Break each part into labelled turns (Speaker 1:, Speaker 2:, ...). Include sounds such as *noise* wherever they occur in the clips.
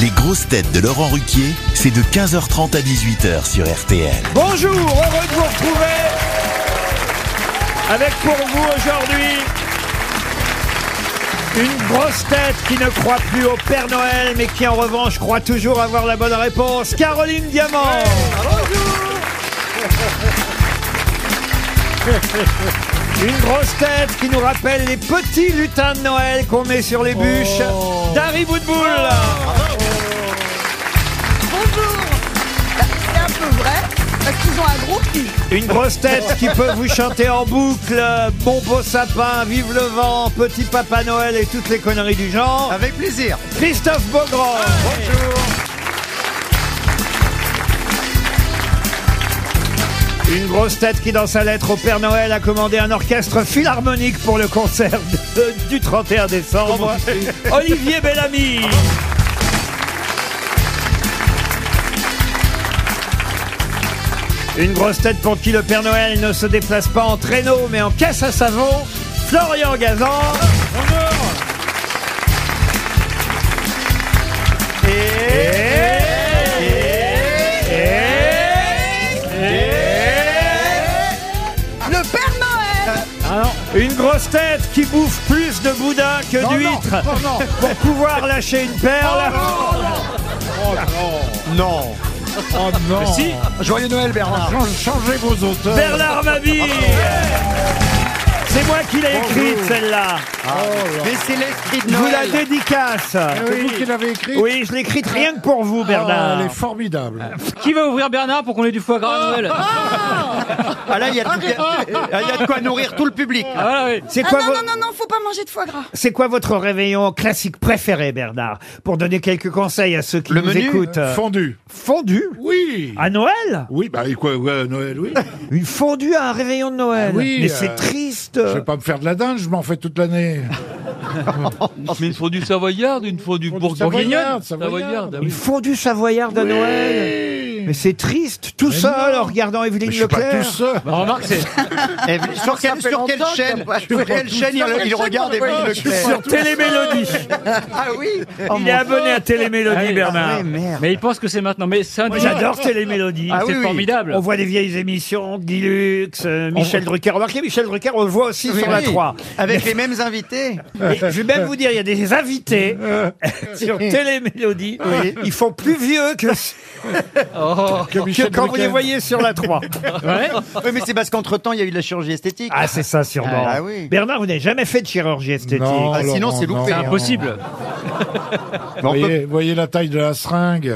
Speaker 1: Les grosses têtes de Laurent Ruquier, c'est de 15h30 à 18h sur RTL.
Speaker 2: Bonjour, heureux de vous retrouver avec pour vous aujourd'hui une grosse tête qui ne croit plus au Père Noël mais qui en revanche croit toujours avoir la bonne réponse, Caroline Diamant. Une grosse tête qui nous rappelle les petits lutins de Noël qu'on met sur les bûches. Dari Boudboul.
Speaker 3: Bonjour Bah, C'est un peu vrai, parce qu'ils ont un gros cul.
Speaker 2: Une grosse tête qui peut vous chanter en boucle euh, Bon beau sapin, vive le vent, petit papa Noël et toutes les conneries du genre.
Speaker 4: Avec plaisir.
Speaker 2: Christophe Beaugrand. Bonjour. Une grosse tête qui, dans sa lettre au Père Noël, a commandé un orchestre philharmonique pour le concert de- du 31 décembre. *laughs* Olivier Bellamy. Une grosse tête pour qui le Père Noël ne se déplace pas en traîneau mais en caisse à savon, Florian Gazan.
Speaker 3: Le Père Noël
Speaker 2: Une grosse tête qui bouffe plus de boudin que
Speaker 4: Non, non,
Speaker 2: d'huîtres
Speaker 4: non, Euh, non.
Speaker 2: pour pouvoir lâcher une perle.
Speaker 4: Non.
Speaker 5: Oh non
Speaker 4: Si. Joyeux Noël, Bernard.
Speaker 5: Change- Changez vos auteurs
Speaker 2: Bernard Mabille. C'est moi qui l'ai écrite celle-là.
Speaker 4: Mais c'est l'esprit de
Speaker 2: Je vous la
Speaker 4: Noël.
Speaker 2: dédicace.
Speaker 5: C'est vous qui l'avez écrit
Speaker 2: Oui, je l'ai écrite rien que pour vous,
Speaker 5: Ah,
Speaker 2: Bernard.
Speaker 5: Eh Elle est formidable
Speaker 6: Qui va ouvrir Bernard pour qu'on ait du foie gras à Noël
Speaker 7: ah,
Speaker 4: Ah là, il y, a de- ah, il y a de quoi nourrir tout le public.
Speaker 6: Ah voilà, oui.
Speaker 2: C'est
Speaker 3: Ah
Speaker 2: quoi
Speaker 3: non,
Speaker 2: vo-
Speaker 3: non, non, non, faut pas manger de foie gras.
Speaker 2: C'est quoi votre réveillon classique préféré, Bernard Pour donner quelques conseils à ceux qui
Speaker 4: Le
Speaker 2: nous
Speaker 4: menu,
Speaker 2: écoutent.
Speaker 5: Fondue
Speaker 2: Fondue
Speaker 5: Oui
Speaker 2: À Noël
Speaker 5: Oui, bah et quoi, ouais, Noël, oui
Speaker 2: Une fondue à un réveillon de Noël.
Speaker 5: Ah oui,
Speaker 2: Mais
Speaker 5: euh,
Speaker 2: c'est triste.
Speaker 5: Je vais pas me faire de la dinde, je m'en fais toute l'année
Speaker 7: ah. Mais une fondue savoyarde, une fondue
Speaker 5: Fondue
Speaker 7: bourguignonne.
Speaker 5: savoyarde, savoyarde.
Speaker 7: ah
Speaker 2: Une
Speaker 7: oui.
Speaker 2: fondue savoyarde à Noël. Mais c'est triste, tout seul, en regardant
Speaker 5: Mais
Speaker 2: Evelyne
Speaker 5: Je suis pas tout
Speaker 2: Leclerc.
Speaker 5: seul
Speaker 6: Bah, remarque, c'est
Speaker 4: Eh, sur quelle, sur quelle chaîne, sur quelle chaîne il, il regarde Émile Leclerc
Speaker 2: Télémélodie.
Speaker 4: Ah oui
Speaker 2: Il est abonné à Télémélodie,
Speaker 6: Ah oui.
Speaker 2: Bernard.
Speaker 4: Ah oui, merde.
Speaker 6: Mais il pense que c'est maintenant. Mais c'est un
Speaker 2: Moi,
Speaker 6: des-
Speaker 2: J'adore Télémélodie.
Speaker 4: Ah
Speaker 6: C'est
Speaker 4: oui, oui.
Speaker 6: formidable.
Speaker 2: On voit des vieilles émissions, Guilux, euh, Michel Drucker. Remarquez, Michel Drucker, on le voit aussi sur la 3.
Speaker 4: Avec les mêmes invités.
Speaker 2: Et je vais même vous dire, il y a des invités sur Télémélodie. Ils font plus vieux que,
Speaker 6: Oh,
Speaker 5: que
Speaker 2: que
Speaker 5: Michel
Speaker 2: quand vous
Speaker 5: Drucker.
Speaker 2: les voyez sur la 3.
Speaker 6: Ouais.
Speaker 4: Oui, mais c'est parce qu'entre-temps, il y a eu de la chirurgie esthétique.
Speaker 2: Ah, c'est ça, sûrement.
Speaker 4: Ah oui.
Speaker 2: Bernard, vous n'avez jamais fait de chirurgie esthétique.
Speaker 5: Non,
Speaker 4: Ah, sinon,
Speaker 5: Laurent,
Speaker 4: c'est loupé.
Speaker 5: non.
Speaker 6: C'est impossible.
Speaker 4: Mais on peut-
Speaker 5: voyez, voyez la taille de la seringue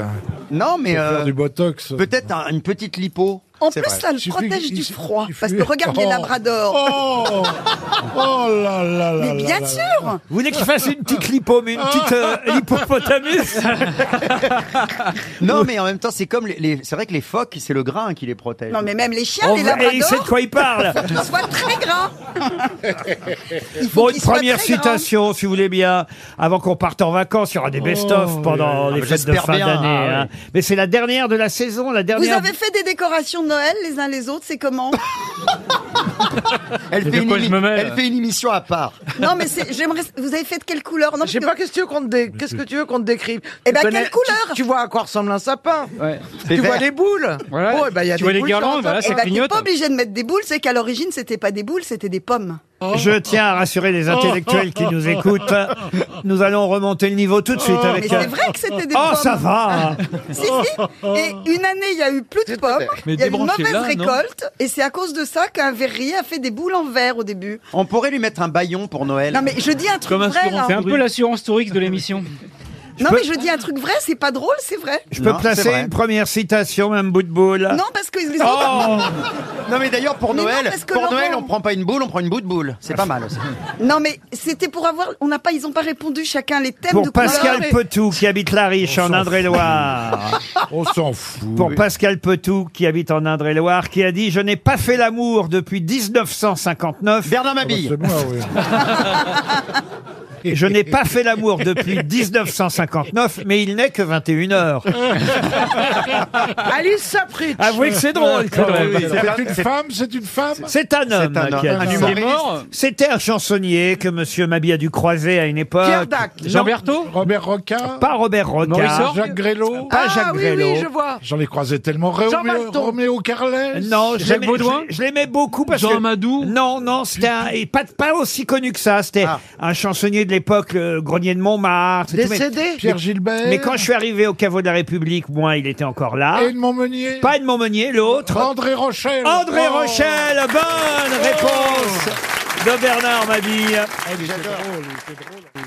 Speaker 4: Non, mais
Speaker 5: Faire
Speaker 4: euh,
Speaker 5: du botox
Speaker 4: peut-être un- une petite lipo.
Speaker 3: En
Speaker 4: C'est
Speaker 3: plus,
Speaker 4: vrai.
Speaker 3: ça le
Speaker 5: Il suffit-
Speaker 3: protège
Speaker 5: il
Speaker 3: du
Speaker 5: suffit-
Speaker 3: froid.
Speaker 5: il
Speaker 3: Parce que
Speaker 5: suffit-
Speaker 3: regarde les
Speaker 5: Oh.
Speaker 3: labradors.
Speaker 5: Oh Oh là là là
Speaker 3: Mais
Speaker 5: là
Speaker 3: bien
Speaker 5: là.
Speaker 3: sûr
Speaker 2: Vous voulez que je fasse une petite lipo, mais une petite euh, hippopotamus
Speaker 4: Non, mais en même temps, c'est comme les, les- c'est vrai que les phoques, c'est le grain qui les protège.
Speaker 3: Non, Oh, mais même les chiens,
Speaker 2: On
Speaker 3: les
Speaker 2: va- Et il sait de
Speaker 3: labradors,
Speaker 2: quoi il parle
Speaker 3: ils soient très *laughs* gras. Il faut
Speaker 2: Bon, une
Speaker 3: qu'ils soient
Speaker 2: première
Speaker 3: très gras.
Speaker 2: citation, si vous voulez bien, avant qu'on parte en vacances. Il y aura des best-of pendant les
Speaker 4: mais
Speaker 2: fêtes de
Speaker 4: j'espère
Speaker 2: fin d'année.
Speaker 4: bien, ah
Speaker 2: hein. Mais c'est la dernière de la saison, la
Speaker 3: Vous
Speaker 2: dernière.
Speaker 3: avez fait des décorations de Noël les uns les autres, c'est *laughs* comment
Speaker 4: Elle,
Speaker 6: Mais
Speaker 4: fait
Speaker 6: de
Speaker 4: une,
Speaker 6: quoi je
Speaker 4: émi-
Speaker 6: me mêle
Speaker 4: elle fait une émission à *laughs* part.
Speaker 3: Non, mais c'est- j'aimerais. Vous avez fait de quelle couleur Non,
Speaker 8: Je sais
Speaker 3: parce
Speaker 8: pas, qu'est-ce que tu veux qu'on te, dé- qu'est-ce que tu veux qu'on te décrive
Speaker 3: Eh
Speaker 8: Tu
Speaker 3: ben,
Speaker 8: connais-
Speaker 3: quelle couleur
Speaker 8: tu, tu vois à quoi ressemble un sapin
Speaker 6: Ouais.
Speaker 4: C'est
Speaker 8: Tu vois
Speaker 4: vert.
Speaker 8: les boules
Speaker 6: Voilà.
Speaker 8: Bon, eh ben, il y a
Speaker 6: Tu
Speaker 8: des
Speaker 6: vois les
Speaker 8: boules sur
Speaker 6: guirlandes,
Speaker 8: un
Speaker 6: voilà,
Speaker 8: sapin.
Speaker 3: Eh
Speaker 6: ça
Speaker 3: ben, t'es
Speaker 6: clignote.
Speaker 3: pas obligé de mettre des boules, c'est qu'à l'origine, c'était pas des boules, c'était des pommes.
Speaker 2: Je tiens à rassurer les intellectuels qui nous écoutent. Nous allons remonter le niveau tout de suite
Speaker 3: Oh,
Speaker 8: Ah,
Speaker 3: Mais
Speaker 2: avec.
Speaker 3: c'est
Speaker 2: un-
Speaker 3: vrai que c'était des pommes.
Speaker 2: Oh, ça va
Speaker 3: Si, si. Et une année, il y a eu plus de pommes,
Speaker 7: Mais
Speaker 3: il y a eu une
Speaker 7: débranchez-la,
Speaker 3: mauvaise
Speaker 7: non
Speaker 3: récolte, et c'est à cause de ça qu'un verrier a fait des boules en verre au début.
Speaker 4: On pourrait lui mettre un baillon pour Noël.
Speaker 3: Non, mais je dis un truc
Speaker 7: Comme un
Speaker 3: vrai, là.
Speaker 6: C'est un peu l'assurance touriste de l'émission.
Speaker 3: Non, mais je dis un truc vrai, c'est pas drôle, c'est vrai.
Speaker 2: Je peux
Speaker 4: Non, c'est
Speaker 2: placer
Speaker 4: vrai.
Speaker 2: une première citation, même bout de boule.
Speaker 3: Non, parce que
Speaker 2: Oh
Speaker 3: les autres...
Speaker 4: Non, mais d'ailleurs pour
Speaker 3: Mais non,
Speaker 4: Noël,
Speaker 3: parce que
Speaker 4: pour
Speaker 3: Laurent-
Speaker 4: Noël, on prend pas une boule, on prend une bout de boule. C'est pas *laughs* mal. aussi.
Speaker 3: Non, mais c'était pour avoir... On n'a pas... Ils ont pas répondu chacun les thèmes de
Speaker 2: Pour
Speaker 3: couleur.
Speaker 2: Pascal
Speaker 8: mais-
Speaker 2: Petou, qui habite La Riche,
Speaker 5: On
Speaker 2: en
Speaker 5: s'en
Speaker 2: Indre-et-Loire.
Speaker 5: On s'en fout Oh,
Speaker 2: Pour Pascal Petou, qui habite en Indre-et-Loire, qui a dit Je n'ai pas fait l'amour depuis 1959.
Speaker 4: Bernard
Speaker 5: Ah bah,
Speaker 4: Mabille.
Speaker 5: C'est moi, oui
Speaker 2: Je n'ai pas fait l'amour depuis
Speaker 4: *laughs*
Speaker 2: 1959, mais il n'est que 21 heures.
Speaker 8: Alice s'apprête.
Speaker 2: Avouez que c'est drôle quand même.
Speaker 5: C'est une femme, c'est une femme.
Speaker 2: C'est un homme
Speaker 4: un homme.
Speaker 2: qui a dit
Speaker 4: Un
Speaker 2: ça.
Speaker 4: humain.
Speaker 6: Il est mort
Speaker 2: C'était un chansonnier que Monsieur Mabie a dû croiser à une époque.
Speaker 8: Pierre Dac.
Speaker 6: Jean Berthaud
Speaker 5: Robert Roca.
Speaker 2: Ah, Pas Robert Rocard.
Speaker 6: Maurice
Speaker 5: Jacques Grélo.
Speaker 2: Pas Jacques
Speaker 8: ah, oui,
Speaker 2: Grélot.
Speaker 8: oui, je vois.
Speaker 5: J'en ai croisé tellement.
Speaker 8: Jean
Speaker 5: Roméo,
Speaker 8: Maston.
Speaker 5: Roméo Carles.
Speaker 2: Non, je
Speaker 6: Jacques
Speaker 2: l'aimais-
Speaker 6: Baudouin
Speaker 2: je- Je l'aimais beaucoup parce
Speaker 7: Jean
Speaker 2: que.
Speaker 7: Amadou
Speaker 2: Non, non, c'était un- et pas, pas aussi connu que ça. C'était
Speaker 8: Ah.
Speaker 2: un chansonnier de l'époque, le Grenier de Montmartre. et tout, mais-
Speaker 8: Décédé.
Speaker 5: Pierre Gilbert.
Speaker 2: Mais quand je suis arrivé au caveau de la République, moi, il était encore là.
Speaker 5: Edmond Meunier.
Speaker 2: Pas de Montmonier, l'autre.
Speaker 5: André Rochelle.
Speaker 2: André
Speaker 5: Oh.
Speaker 2: Rochelle,
Speaker 8: Oh.
Speaker 2: bonne réponse de Bernard Mabille.